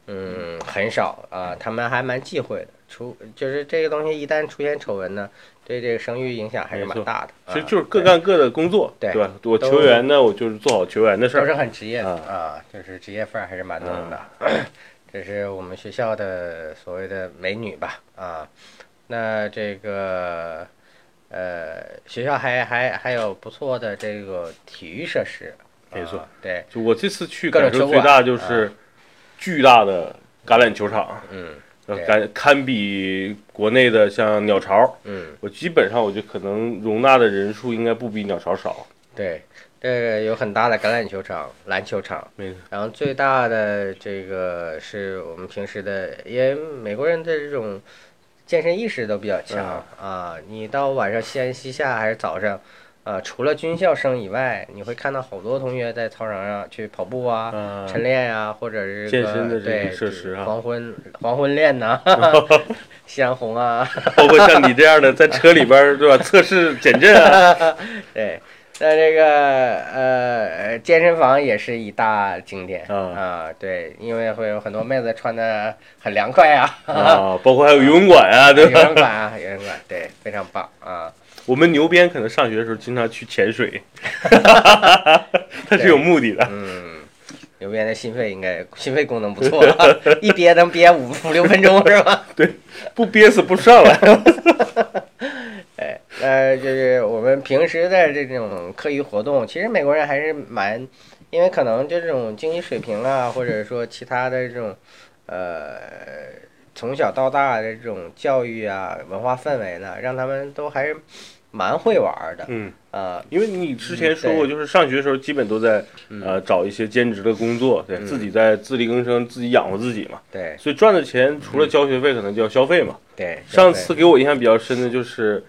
Speaker 2: 嗯，很少啊、他们还蛮忌讳的。出就是这个东西一旦出现丑闻呢，对这个声誉影响还是蛮大的。
Speaker 1: 其实
Speaker 2: 啊
Speaker 1: 就是各干各的工作，
Speaker 2: 对
Speaker 1: 吧？我
Speaker 2: 都
Speaker 1: 球员呢，我就是做好球员的事
Speaker 2: 都
Speaker 1: 儿
Speaker 2: 是很职业的
Speaker 1: 啊
Speaker 2: 啊，就是职业范儿还是蛮浓的。 这是我们学校的所谓的美女吧啊，那这个呃，学校还还还有不错的这个体育设施，
Speaker 1: 没错
Speaker 2: 啊，对，
Speaker 1: 就我这次去
Speaker 2: 各种啊
Speaker 1: 感受
Speaker 2: 球
Speaker 1: 最
Speaker 2: 馆
Speaker 1: 大就是巨大的橄榄球场，
Speaker 2: 嗯
Speaker 1: 呃
Speaker 2: 对
Speaker 1: 堪堪比国内的像鸟巢，
Speaker 2: 嗯。
Speaker 1: 我基本上我就可能容纳的人数应该不比鸟巢少。
Speaker 2: 对，这个有很大的橄榄球场、篮球场，
Speaker 1: 没错
Speaker 2: 然后最大的这个是我们平时的，因为美国人的这种健身意识都比较强、
Speaker 1: 嗯
Speaker 2: 啊。你到晚上夕阳西下还是早上，啊，除了军校生以外，你会看到好多同学在操场上去跑步啊。
Speaker 1: 啊，
Speaker 2: 晨练呀、或者是
Speaker 1: 健
Speaker 2: 个
Speaker 1: 身的这
Speaker 2: 对
Speaker 1: 个设施啊
Speaker 2: 黄昏黄昏练 呐、夕阳红啊，
Speaker 1: 包括像你这样的在车里边儿对吧？测试减震啊，
Speaker 2: 对，那这个呃，健身房也是一大景点
Speaker 1: 啊
Speaker 2: 对，因为会有很多妹子穿的很凉 快啊，
Speaker 1: 啊，包括还有游泳馆啊，对
Speaker 2: 有
Speaker 1: 吧？
Speaker 2: 人管啊，有人管，对，非常棒啊，
Speaker 1: 我们牛鞭可能上学的时候经常去潜 水，它是有目的的。
Speaker 2: 嗯。牛鞭的心肺应该心肺功能不错啊，一憋能憋五五六分钟是吧？
Speaker 1: 不憋死不上 来。
Speaker 2: 哎，那就是我们平时的这种课余活动，其实美国人还是蛮，因为可能就这种经济水平啊，或者说其他的这种，呃，从小到大的这种教育啊、文化氛围呢，让他们都还是蛮会玩儿的
Speaker 1: 嗯，
Speaker 2: 啊、
Speaker 1: 因为你之前说过，
Speaker 2: 嗯对
Speaker 1: 就是上学的时候基本都在呃找一些兼职的工作，对
Speaker 2: 嗯
Speaker 1: 自己在自力更生，自己养活自己嘛。
Speaker 2: 对
Speaker 1: 所以赚的钱除了
Speaker 2: 嗯
Speaker 1: 交学费，可能就要消费嘛。
Speaker 2: 对，
Speaker 1: 上次给我印象比较深的就是，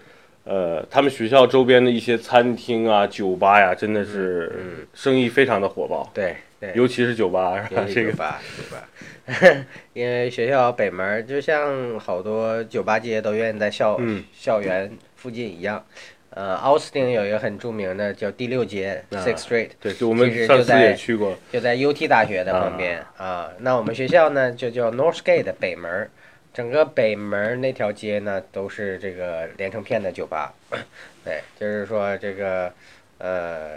Speaker 1: 呃，他们学校周边的一些餐厅啊、酒吧呀，真的是生意非常的火爆，
Speaker 2: 对嗯对，
Speaker 1: 尤其是酒吧，是吧？这
Speaker 2: 酒
Speaker 1: 个
Speaker 2: 吧，酒吧， 因为学校北门儿就像好多酒吧街都愿意在校、
Speaker 1: 嗯
Speaker 2: 校园附近一样。呃，奥斯汀有一个很著名的叫第六街
Speaker 1: 啊
Speaker 2: （Sixth Street），
Speaker 1: 对，就我
Speaker 2: 其
Speaker 1: 们
Speaker 2: 实
Speaker 1: 上
Speaker 2: 就
Speaker 1: 次
Speaker 2: 在
Speaker 1: 也去过，
Speaker 2: 就在 UT 大学的旁边啊那我们学校呢就叫 Northgate 北门儿，整个北门儿那条街呢都是这个连成片的酒吧。 对，就是说这个呃，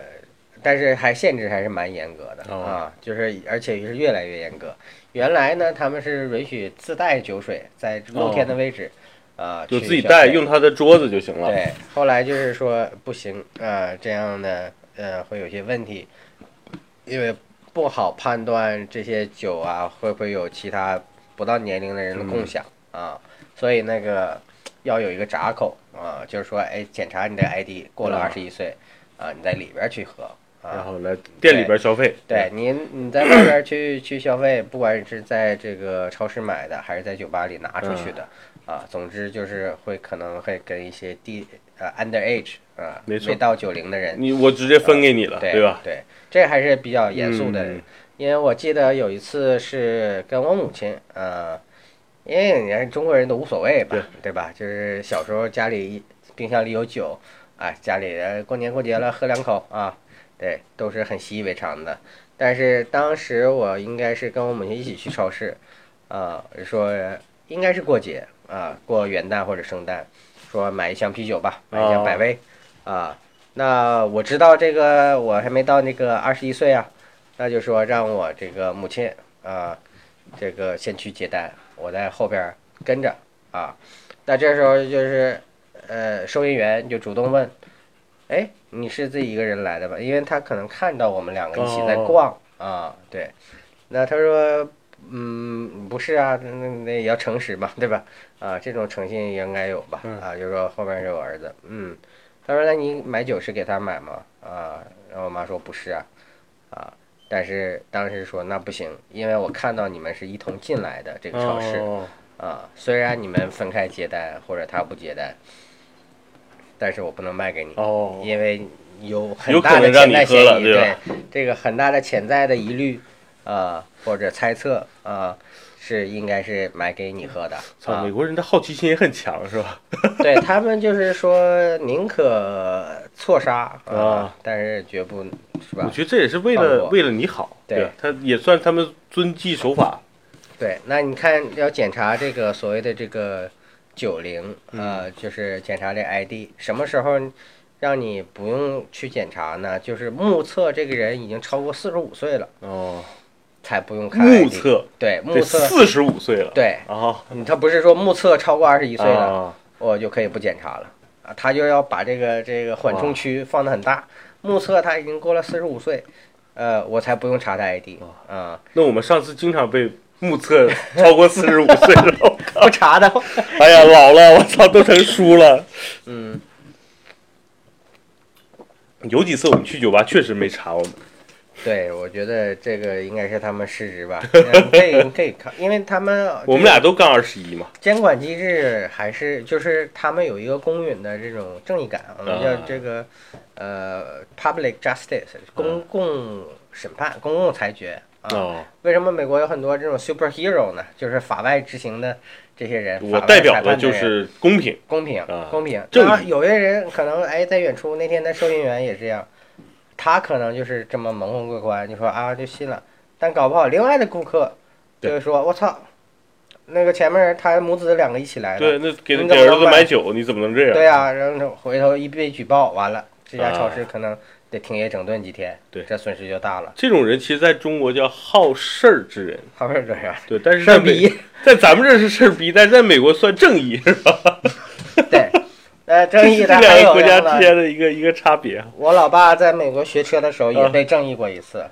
Speaker 2: 但是还限制还是蛮严格的、
Speaker 1: 哦
Speaker 2: 啊，就是而且是越来越严格。原来呢，他们是允许自带酒水，在露天的位置，啊，
Speaker 1: 哦就
Speaker 2: 去
Speaker 1: 自己
Speaker 2: 消
Speaker 1: 带，
Speaker 2: 费
Speaker 1: 用他的桌子就行了。
Speaker 2: 对，后来就是说不行，呃，这样的呃会有些问题，因为不好判断这些酒啊会不会有其他不到年龄的人的共享、
Speaker 1: 嗯
Speaker 2: 啊，所以那个要有一个闸口啊，就是说，哎，检查你的 ID 过了
Speaker 1: 啊
Speaker 2: 二十一岁啊，你在里边儿去喝
Speaker 1: 然
Speaker 2: 啊。
Speaker 1: 后来店里边消费。
Speaker 2: 对你，你在外边儿去去消费，不管是在这个超市买的，还是在酒吧里拿出去
Speaker 1: 嗯
Speaker 2: 的，啊，总之就是会可能会跟一些低呃 underage 啊，
Speaker 1: 没错
Speaker 2: 未到九零的人，
Speaker 1: 你我直接分给你了，
Speaker 2: 对
Speaker 1: 吧？？
Speaker 2: 对，这还是比较严肃的人，
Speaker 1: 嗯
Speaker 2: 因为我记得有一次是跟我母亲，呃，因为人家中国人都无所谓吧，对吧？就是小时候家里冰箱里有酒，啊、哎，家里人过年过节了喝两口啊，对，都是很习以为常的。但是当时我应该是跟我母亲一起去超市，啊，说应该是过节啊，过元旦或者圣诞，说买一箱啤酒吧，买一箱百威，啊，那我知道这个我还没到那个二十一岁啊，那就说让我这个母亲啊，这个先去接单，我在后边儿跟着啊。那这时候就是，呃，收银员就主动问，哎，你是自己一个人来的吧？因为他可能看到我们两个一起在
Speaker 1: 哦
Speaker 2: 逛、啊，对。那他说，嗯，不是啊，那那那也要诚实嘛，对吧？啊，这种诚信也应该有吧？
Speaker 1: 嗯
Speaker 2: 啊，就说后面是我儿子，嗯，他说那你买酒是给他买吗？啊，然后我妈说不是啊，啊，但是当时说那不行，因为我看到你们是一同进来的这个超市，
Speaker 1: 哦
Speaker 2: 啊，虽然你们分开接单或者他不接单，但是我不能卖给你，
Speaker 1: 哦，
Speaker 2: 因为有
Speaker 1: 有
Speaker 2: 很
Speaker 1: 可
Speaker 2: 大的
Speaker 1: 能让
Speaker 2: 潜
Speaker 1: 你
Speaker 2: 在
Speaker 1: 喝
Speaker 2: 嫌
Speaker 1: 了
Speaker 2: 疑，
Speaker 1: 对吧
Speaker 2: 这个很大的潜在的疑虑啊、或者猜测啊、是应该是买给你喝的。
Speaker 1: 操、
Speaker 2: 啊
Speaker 1: 美国人的好奇心也很强是吧？
Speaker 2: 对他们就是说宁可错杀啊、
Speaker 1: 啊
Speaker 2: 但是绝不是吧
Speaker 1: 我？觉得这也是为
Speaker 2: 放
Speaker 1: 了
Speaker 2: 过
Speaker 1: 为了你好，
Speaker 2: 对
Speaker 1: 吧他也算他们遵纪守 法。
Speaker 2: 对，那你看要检查这个所谓的这个九零，
Speaker 1: 嗯
Speaker 2: 呃，就是检查这 ID，什么时候让你不用去检查呢？就是目测这个人已经超过四十五岁了，
Speaker 1: 哦，
Speaker 2: 才不用看 ID。
Speaker 1: 目，测，
Speaker 2: 对，目
Speaker 1: 得
Speaker 2: 测，
Speaker 1: 四十五岁了，
Speaker 2: 对，
Speaker 1: 啊，
Speaker 2: 你他不是说目测超过二十一岁了，
Speaker 1: 啊
Speaker 2: 我就可以不检查了啊。他就要把这个这个缓冲区放得很大，目测他已经过了四十五岁，呃，我才不用查他 ID 啊、
Speaker 1: 那我们上次经常被目测超过四十五岁 了，
Speaker 2: 不查的话。
Speaker 1: 哎呀，老了，我操，都成叔了。
Speaker 2: 嗯，
Speaker 1: 有几次我们去酒吧确实没查我
Speaker 2: 啊
Speaker 1: 们，
Speaker 2: 对，我觉得这个应该是他们失 职吧。你可以，你可以看，因为他们
Speaker 1: 我们俩都刚二十一嘛，
Speaker 2: 监管机制还是就是他们有一个公允的这种正义感，我们
Speaker 1: 啊
Speaker 2: 叫这个呃 public justice 公共审判、公共裁决啊。
Speaker 1: 啊哦，
Speaker 2: 为什么美国有很多这种 superhero 呢？就是法外执行的这些人，
Speaker 1: 我
Speaker 2: 法外
Speaker 1: 代表
Speaker 2: 裁
Speaker 1: 的
Speaker 2: 判的
Speaker 1: 就
Speaker 2: 人
Speaker 1: 是公平，
Speaker 2: 公平
Speaker 1: 啊，
Speaker 2: 公平。
Speaker 1: 正义
Speaker 2: 当然有些人可能哎，在远处那天的收银员也这样，他可能就是这么蒙混过关，就说啊就信了，但搞不好另外的顾客就
Speaker 1: 对
Speaker 2: 会说，我操，那个前面他母子两个一起来的，
Speaker 1: 对，那给
Speaker 2: 你
Speaker 1: 给
Speaker 2: 怎么
Speaker 1: 儿
Speaker 2: 能
Speaker 1: 子
Speaker 2: 买
Speaker 1: 买酒，你怎么能这样？
Speaker 2: 对啊，然后回头一被举报，完了这家
Speaker 1: 啊
Speaker 2: 超市可能得停业整顿几天，
Speaker 1: 对
Speaker 2: 这损失就大了。
Speaker 1: 这种人其实在中国叫好事儿之人，
Speaker 2: 后面这样，
Speaker 1: 对， 但是
Speaker 2: 事儿
Speaker 1: 在美
Speaker 2: 逼，
Speaker 1: 在咱们这是事儿逼，但是在美国算正义，是吧？
Speaker 2: 对，呃，
Speaker 1: 这
Speaker 2: 正义
Speaker 1: 是
Speaker 2: 他
Speaker 1: 这
Speaker 2: 还
Speaker 1: 两个
Speaker 2: 有
Speaker 1: 国家
Speaker 2: 用
Speaker 1: 之
Speaker 2: 了。
Speaker 1: 间的一个一个差别 啊。
Speaker 2: 我老爸在美国学车的时候也
Speaker 1: 啊
Speaker 2: 被正义过一次，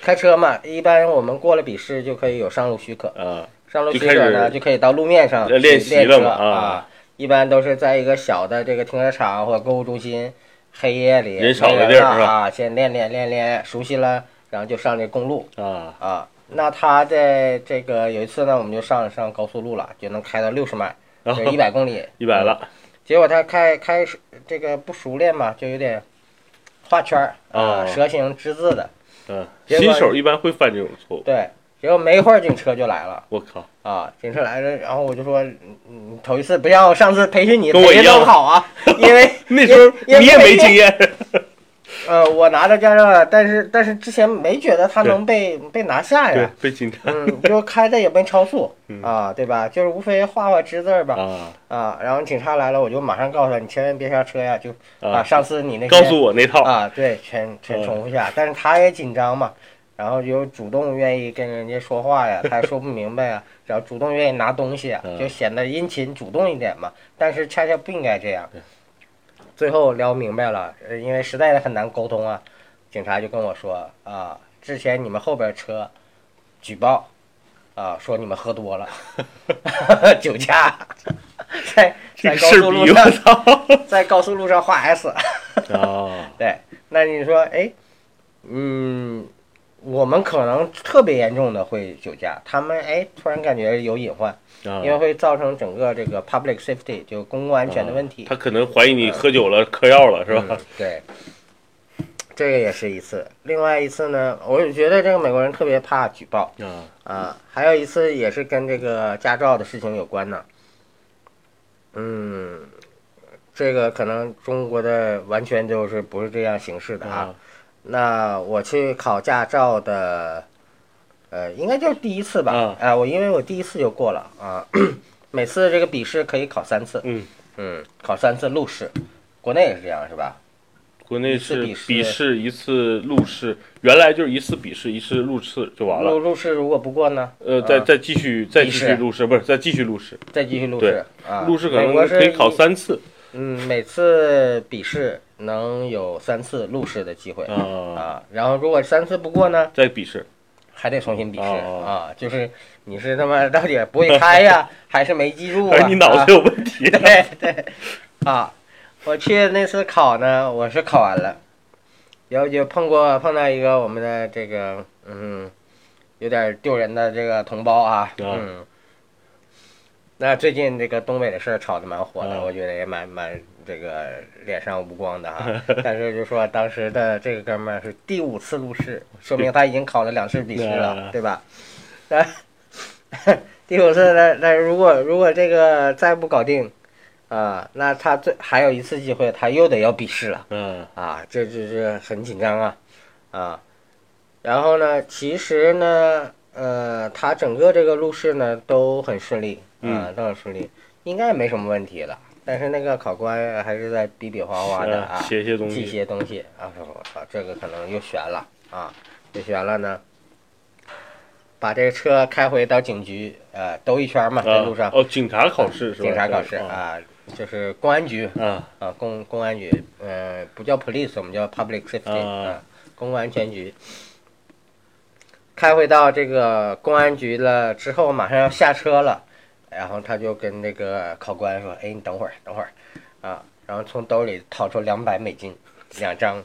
Speaker 2: 开车嘛，一般我们过了笔试就可以有上路许可，
Speaker 1: 啊，
Speaker 2: 上路许
Speaker 1: 就开
Speaker 2: 可呢
Speaker 1: 始
Speaker 2: 就可以到路面上
Speaker 1: 呃练
Speaker 2: 去
Speaker 1: 习
Speaker 2: 练
Speaker 1: 了
Speaker 2: 车
Speaker 1: 嘛啊
Speaker 2: 啊，一般都是在一个小的这个停车场或者购物中心，黑夜里
Speaker 1: 人少
Speaker 2: 没
Speaker 1: 的
Speaker 2: 人
Speaker 1: 地儿
Speaker 2: 了
Speaker 1: 是吧
Speaker 2: 啊，先练练练练，熟悉了，然后就上这公路
Speaker 1: 啊，
Speaker 2: 啊。那他在这个有一次呢，我们就上上高速路了，就能开到六 十迈，
Speaker 1: 然后
Speaker 2: 就一百公里，
Speaker 1: 一百了，
Speaker 2: 结果他开开始这个不熟练嘛，就有点画圈儿啊，
Speaker 1: 哦
Speaker 2: 蛇形之字的，
Speaker 1: 嗯，
Speaker 2: 结果
Speaker 1: 新手一般会犯这种错误。
Speaker 2: 对，结果没一会儿警车就来了。
Speaker 1: 我靠，
Speaker 2: 啊，警车来了，然后我就说，嗯你头一次不像我上次培训你
Speaker 1: 跟我
Speaker 2: 培训
Speaker 1: 一
Speaker 2: 得
Speaker 1: 样
Speaker 2: 不好 啊，因为
Speaker 1: 那时候
Speaker 2: 因为
Speaker 1: 你也没经验，
Speaker 2: 呃我拿着驾照了，但是但是之前没觉得他能被被拿下
Speaker 1: 对
Speaker 2: 呀，，
Speaker 1: 被警察
Speaker 2: 嗯，就开的也没超速
Speaker 1: 嗯
Speaker 2: 啊，对吧？就是无非画画之字儿吧
Speaker 1: 啊
Speaker 2: 啊，然后警察来了，我就马上告诉他，你千万别刹车呀，就啊
Speaker 1: 啊，
Speaker 2: 上次你那些
Speaker 1: 告诉我那套
Speaker 2: 啊，对，全
Speaker 1: 嗯
Speaker 2: 全重复下，但是他也紧张嘛，然后就主动愿意跟人家说话呀，他也说不明白呀，然后主动愿意拿东西呀，
Speaker 1: 嗯
Speaker 2: 就显得殷勤主动一点嘛，但是恰恰不应该这样。最后聊明白了，呃因为实在是很难沟通啊，警察就跟我说啊，之前你们后边车举报啊，说你们喝多了， 酒驾， 在
Speaker 1: 这
Speaker 2: 在
Speaker 1: 个
Speaker 2: 高
Speaker 1: 事儿
Speaker 2: 速路
Speaker 1: 逼我
Speaker 2: 上
Speaker 1: 操
Speaker 2: 在高速路上画 S。
Speaker 1: 啊，
Speaker 2: 对，那你说，哎，嗯，我们可能特别严重的会酒驾，他们哎突然感觉有隐患，
Speaker 1: 啊
Speaker 2: 因为会造成整个这个 public safety 就公共安全的问题。
Speaker 1: 他可能怀疑你喝酒了、嗑药了，是吧
Speaker 2: 嗯？对，这个也是一次。另外一次呢，我就觉得这个美国人特别怕举报
Speaker 1: 啊，
Speaker 2: 啊。还有一次也是跟这个驾照的事情有关呢。嗯，这个可能中国的完全就是不是这样形式的
Speaker 1: 嗯
Speaker 2: 啊。那我去考驾照的，呃，应该就是第一次吧。啊
Speaker 1: 啊、
Speaker 2: 我因为我第一次就过了啊， 每次这个笔试可以考三次。
Speaker 1: 嗯
Speaker 2: 嗯，考三次路试，国内也是这样是吧？
Speaker 1: 国内是
Speaker 2: 一次笔试
Speaker 1: 笔试一次路试，原来就是一次笔试一次路试就完了。
Speaker 2: 路路试如果不过呢？
Speaker 1: 呃，再
Speaker 2: 啊
Speaker 1: 再继续再继
Speaker 2: 笔
Speaker 1: 续
Speaker 2: 试
Speaker 1: 路试，不是再继续路试，
Speaker 2: 再继续路
Speaker 1: 对
Speaker 2: 试啊。
Speaker 1: 路试可
Speaker 2: 美
Speaker 1: 能
Speaker 2: 国是
Speaker 1: 可以考三次
Speaker 2: 嗯，每次笔试能有三次路试的机会
Speaker 1: 啊，
Speaker 2: 啊。然后如果三次不过呢，
Speaker 1: 再笔试。
Speaker 2: 还得重新笔试
Speaker 1: 哦
Speaker 2: 啊。就是你是他妈到底不会开 呀，还是没记住
Speaker 1: 还
Speaker 2: 啊？
Speaker 1: 哎是你脑
Speaker 2: 啊
Speaker 1: 子有问题？
Speaker 2: 对对啊！我去那次考呢，我是考完了，然后就碰过碰到一个我们的这个嗯，有点丢人的这个同胞啊，嗯。那最近这个东北的事儿炒得蛮火的，
Speaker 1: 啊
Speaker 2: 我觉得也蛮蛮这个脸上无光的哈。但是就说当时的这个哥们儿是第五次入试，说明他已经考了两次笔试了
Speaker 1: 啊，
Speaker 2: 对吧？那 第五次那那如果如果这个再不搞定，啊，那他最还有一次机会，他又得要笔试了
Speaker 1: 嗯
Speaker 2: 啊，这这这很紧张啊，啊，然后呢，其实呢，呃，他整个这个路试呢都很顺利，啊，都很顺利，应该没什么问题了。但是那个考官还是在比比划划的啊
Speaker 1: 嗯，，写一些东
Speaker 2: 这
Speaker 1: 西。
Speaker 2: 些东西啊，我操，这个可能又悬了啊，又悬了呢。把这个车开回到警局，呃，兜一圈嘛，在路上
Speaker 1: 啊，哦，警察考试是吧？
Speaker 2: 警察考试
Speaker 1: 对啊
Speaker 2: 啊，就是公安局
Speaker 1: 啊
Speaker 2: 啊，公公安局，呃，不叫 police，我们叫 public safety
Speaker 1: 啊
Speaker 2: 啊，公共安全局。开回到这个公安局了之后，马上要下车了，然后他就跟那个考官说：“哎，你等会儿，等会儿，啊。”然后从兜里掏出两百美金，两张，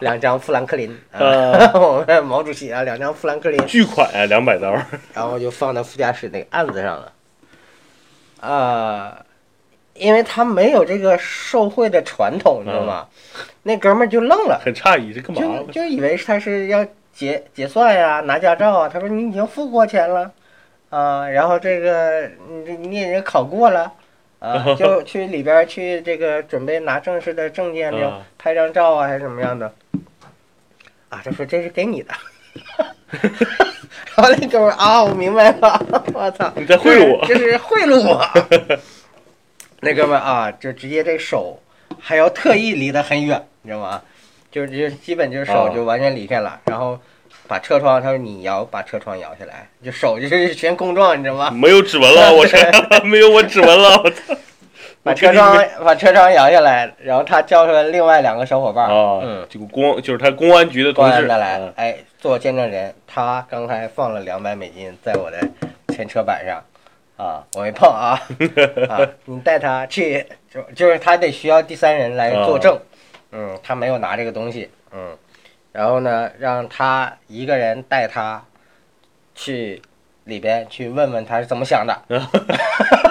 Speaker 2: 两张富兰克林啊，
Speaker 1: 啊
Speaker 2: 我们毛主席啊，两张富兰克林，
Speaker 1: 巨款啊，两百刀。
Speaker 2: 然后就放到副驾驶那个案子上了。啊、因为他没有这个受贿的传统，你知道吗？那哥们儿就愣了，
Speaker 1: 很诧异，这干嘛
Speaker 2: 就
Speaker 1: 呢？
Speaker 2: 就以为他是要结结算呀、拿驾照啊。他说你已经付过钱了，啊、然后这个你你也考过了。 啊，就去里边儿去这个准备拿正式的证件，就
Speaker 1: 啊
Speaker 2: 拍张照啊，还是怎么样的？啊，他说这是给你的， 然后那哥们儿啊，我明白了，我操，
Speaker 1: 你在贿赂我
Speaker 2: 这是这是贿赂我。 那哥们儿啊，就直接这手还要特意离得很远，你知道吗？就是就基本就是手
Speaker 1: 啊
Speaker 2: 就完全离开了，然后把车窗，他说你摇，把车窗摇下来，就手就是 全空撞，你知道吗？
Speaker 1: 没有指纹了，我拆了， 没有我指纹了，我操！
Speaker 2: 把
Speaker 1: 我
Speaker 2: 车
Speaker 1: 这
Speaker 2: 窗
Speaker 1: 个
Speaker 2: 把车窗摇下来，然后他叫出来另外两个小伙伴儿，嗯
Speaker 1: 啊，，这个公就是他公安局的同
Speaker 2: 关
Speaker 1: 事
Speaker 2: 着来
Speaker 1: 啊，
Speaker 2: 哎，做见证人，他刚才放了两百美金在我的前车板上，啊，我没 碰啊，啊，你带他去，就就是他得需要第三人来作证，嗯，他没有拿这个东西，嗯，然后呢，让他一个人带他去里边去问问他是怎么想的，
Speaker 1: 嗯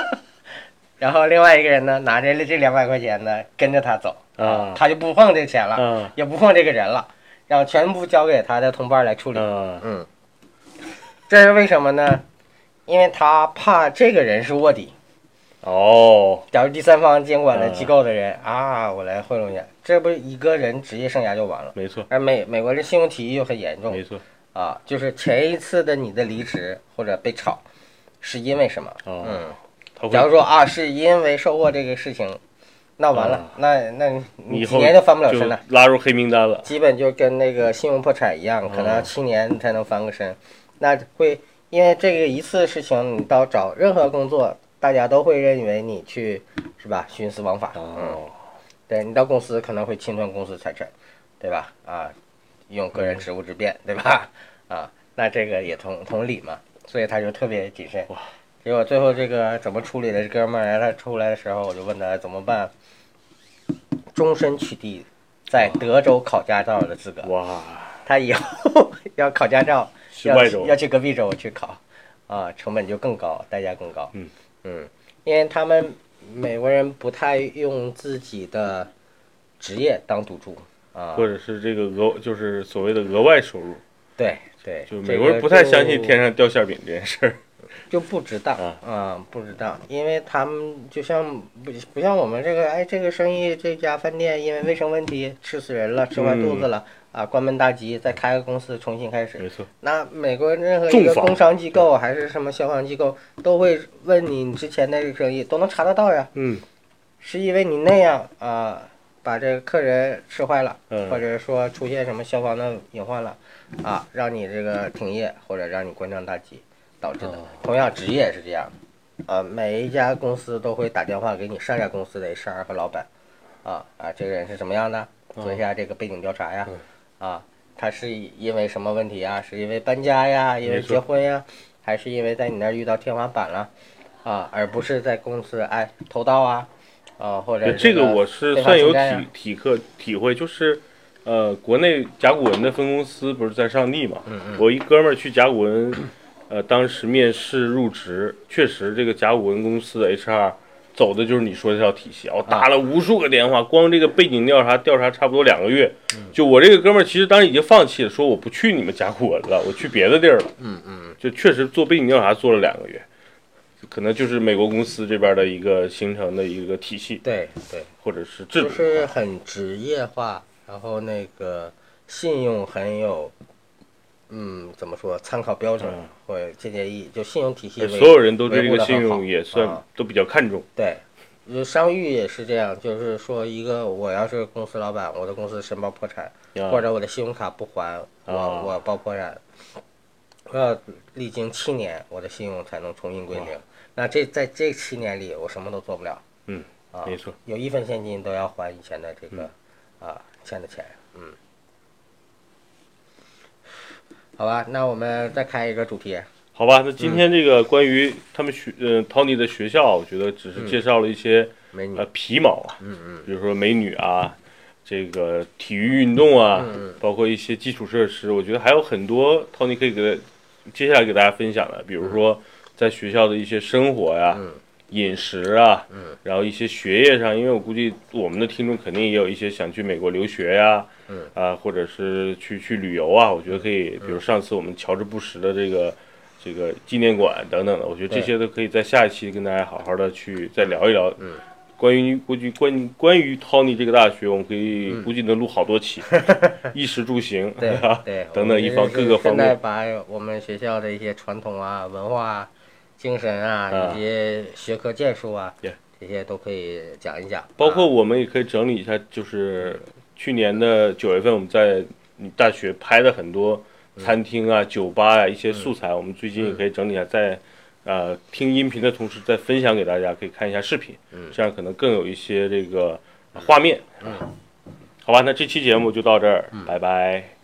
Speaker 2: 然后另外一个人呢，拿着这两百块钱呢跟着他走，
Speaker 1: 啊
Speaker 2: 他就不碰这钱了，
Speaker 1: 啊
Speaker 2: 也不碰这个人了，然后全部交给他的同伴来处理。
Speaker 1: 啊！
Speaker 2: 嗯，这是为什么呢？因为他怕这个人是卧底。
Speaker 1: 哦，
Speaker 2: 假如第三方监管的
Speaker 1: 嗯
Speaker 2: 机构的人、啊，我来贿赂你，这不是一个人职业生涯就完了。
Speaker 1: 没错，
Speaker 2: 而美美国这信用体系又很严重
Speaker 1: 没错
Speaker 2: 啊，就是前一次的你的离职或者被炒，是因为什么？
Speaker 1: 啊。
Speaker 2: 嗯，
Speaker 1: 他
Speaker 2: 假如
Speaker 1: 会
Speaker 2: 说啊，是因为收获这个事情，那完了，
Speaker 1: 啊
Speaker 2: 那那你
Speaker 1: 你
Speaker 2: 你
Speaker 1: 以
Speaker 2: 几
Speaker 1: 后
Speaker 2: 年都翻不了身了。
Speaker 1: 就拉入黑名单了。嗯
Speaker 2: 基本就跟那个信用破产一样，可能要七年才能翻个身。那会因为这个一次事情，你到找任何工作，大家都会认为你去是吧徇私枉法。嗯，
Speaker 1: 哦，
Speaker 2: 对你到公司可能会侵吞公司财产，对吧？啊，用个
Speaker 1: 嗯
Speaker 2: 人职务之便，对吧？啊，那这个也同同理嘛，所以他就特别谨慎
Speaker 1: 哇。
Speaker 2: 结果最后这个怎么处理的？这哥们儿哎他出来的时候，我就问他怎么办，终身取缔在德州考驾照的资格。
Speaker 1: 哇，
Speaker 2: 他以后 要考驾照，
Speaker 1: 去
Speaker 2: 要
Speaker 1: 外
Speaker 2: 去
Speaker 1: 州
Speaker 2: 要去隔壁州去考，啊，成本就更高，代价更高。
Speaker 1: 嗯
Speaker 2: 嗯，因为他们美国人不太用自己的职业当赌注啊，
Speaker 1: 或者是这个额，就是所谓的额外收入，
Speaker 2: 对对，
Speaker 1: 就
Speaker 2: 这
Speaker 1: 美国人
Speaker 2: 个
Speaker 1: 不太
Speaker 2: 就
Speaker 1: 相信天上掉馅饼这件事儿。
Speaker 2: 就不值当
Speaker 1: 啊
Speaker 2: 啊、不值当，因为他们就像不不像我们这个，哎，这个生意这家饭店因为卫生问题吃死人了，吃
Speaker 1: 嗯
Speaker 2: 坏肚子了、啊，关门大吉，再开个公司重新开始。
Speaker 1: 没错，
Speaker 2: 那美国任何一
Speaker 1: 重
Speaker 2: 个
Speaker 1: 罚
Speaker 2: 工商机构还是什么消防机构，都会问你之前的生意都能查得到呀，
Speaker 1: 嗯
Speaker 2: 是因为你那样啊、把这个客人吃坏了，或
Speaker 1: 嗯，
Speaker 2: 者说出现什么消防的隐患了，啊，让你这个停业或者让你关张大吉导致的
Speaker 1: 哦。
Speaker 2: 同样，职业也是这样的，啊，每一家公司都会打电话给你上家公司的 HR 和老板，啊啊，这个人是什么样的，
Speaker 1: 哦
Speaker 2: 做一下这个背景调查呀，
Speaker 1: 嗯
Speaker 2: 啊，他是因为什么问题啊？是因为搬家呀，因为
Speaker 1: 没错
Speaker 2: 结婚呀，还是因为在你那儿遇到天花板了，啊，而不是在公司哎偷盗啊，啊或者
Speaker 1: 对这个我是
Speaker 2: 非法
Speaker 1: 算有
Speaker 2: 侵占呀
Speaker 1: 体体克体会，就是呃，国内甲骨文的分公司不是在上地嘛？我一哥们儿去甲骨文，呃，当时面试入职，确实这个甲骨文公司的 HR 走的就是你说这套体系啊。我打了无数个电话，光这个背景调查调查差不多两个月。就我这个哥们儿，其实当时已经放弃了，说我不去你们甲骨文了，我去别的地儿了。
Speaker 2: 嗯嗯
Speaker 1: 就确实做背景调查做了两个月，可能就是美国公司这边的一个形成的一个体系
Speaker 2: 对对。
Speaker 1: 或者是制度。
Speaker 2: 就是很职业化，然后那个信用很有，嗯，怎么说？参考标准
Speaker 1: 嗯
Speaker 2: 或者建议，就信用体系
Speaker 1: 对
Speaker 2: 为。
Speaker 1: 所有人都对
Speaker 2: 维
Speaker 1: 这
Speaker 2: 护
Speaker 1: 个
Speaker 2: 得
Speaker 1: 信
Speaker 2: 很好
Speaker 1: 用也算
Speaker 2: 啊
Speaker 1: 都比较看重。
Speaker 2: 对，就商誉也是这样，就是说，一个我要是公司老板，我的公司申报破产，
Speaker 1: 啊
Speaker 2: 或者我的信用卡不还，我
Speaker 1: 啊
Speaker 2: 我爆破产，我要呃历经七年，我的信用才能重新归零。那这在这七年里，我什么都做不了。
Speaker 1: 嗯，
Speaker 2: 啊，
Speaker 1: 没错，
Speaker 2: 有一分现金都要还以前的这个、啊欠的钱。嗯，好吧，那我们再开一个主题。
Speaker 1: 好吧，那今天这个关于他们学呃 Tony 的学校，我觉得只是介绍了一些
Speaker 2: 美女
Speaker 1: 呃，皮毛啊，
Speaker 2: 嗯
Speaker 1: 比如说美女啊，这个体育运动啊，
Speaker 2: 嗯
Speaker 1: 包括一些基础设施，我觉得还有很多 Tony 可以给接下来给大家分享的，比如说在学校的一些生活呀、
Speaker 2: 嗯
Speaker 1: 饮食啊，
Speaker 2: 嗯
Speaker 1: 然后一些学业上，因为我估计我们的听众肯定也有一些想去美国留学呀、啊，
Speaker 2: 嗯
Speaker 1: 或者是去去旅游啊，我觉得可以，比如上次我们乔治布什的这个。这个纪念馆等等的，我觉得这
Speaker 2: 对嗯
Speaker 1: 些都可以在下一期跟大家好好的去再聊一聊，关于估计关于关于 Tony 这个大学，我们可以
Speaker 2: 嗯
Speaker 1: 估计能录好多 期，衣食住行，
Speaker 2: 对
Speaker 1: 吧？
Speaker 2: 对，
Speaker 1: 等等一方各个方
Speaker 2: 现在
Speaker 1: 面，
Speaker 2: 把我们学校的一些传统啊、文化、啊、精神
Speaker 1: 啊
Speaker 2: 啊，以及学科建树啊
Speaker 1: Yeah，
Speaker 2: 这些都可以讲一讲。
Speaker 1: 包括
Speaker 2: 啊
Speaker 1: 我们也可以整理一下，就是去年的九月份，我们在你大学拍的很多餐厅啊、酒吧啊一些素材，我们最近也可以整理一下，在呃听音频的同时再分享给大家，可以看一下视频，这样可能更有一些这个画面。好吧，那这期节目就到这儿，拜拜。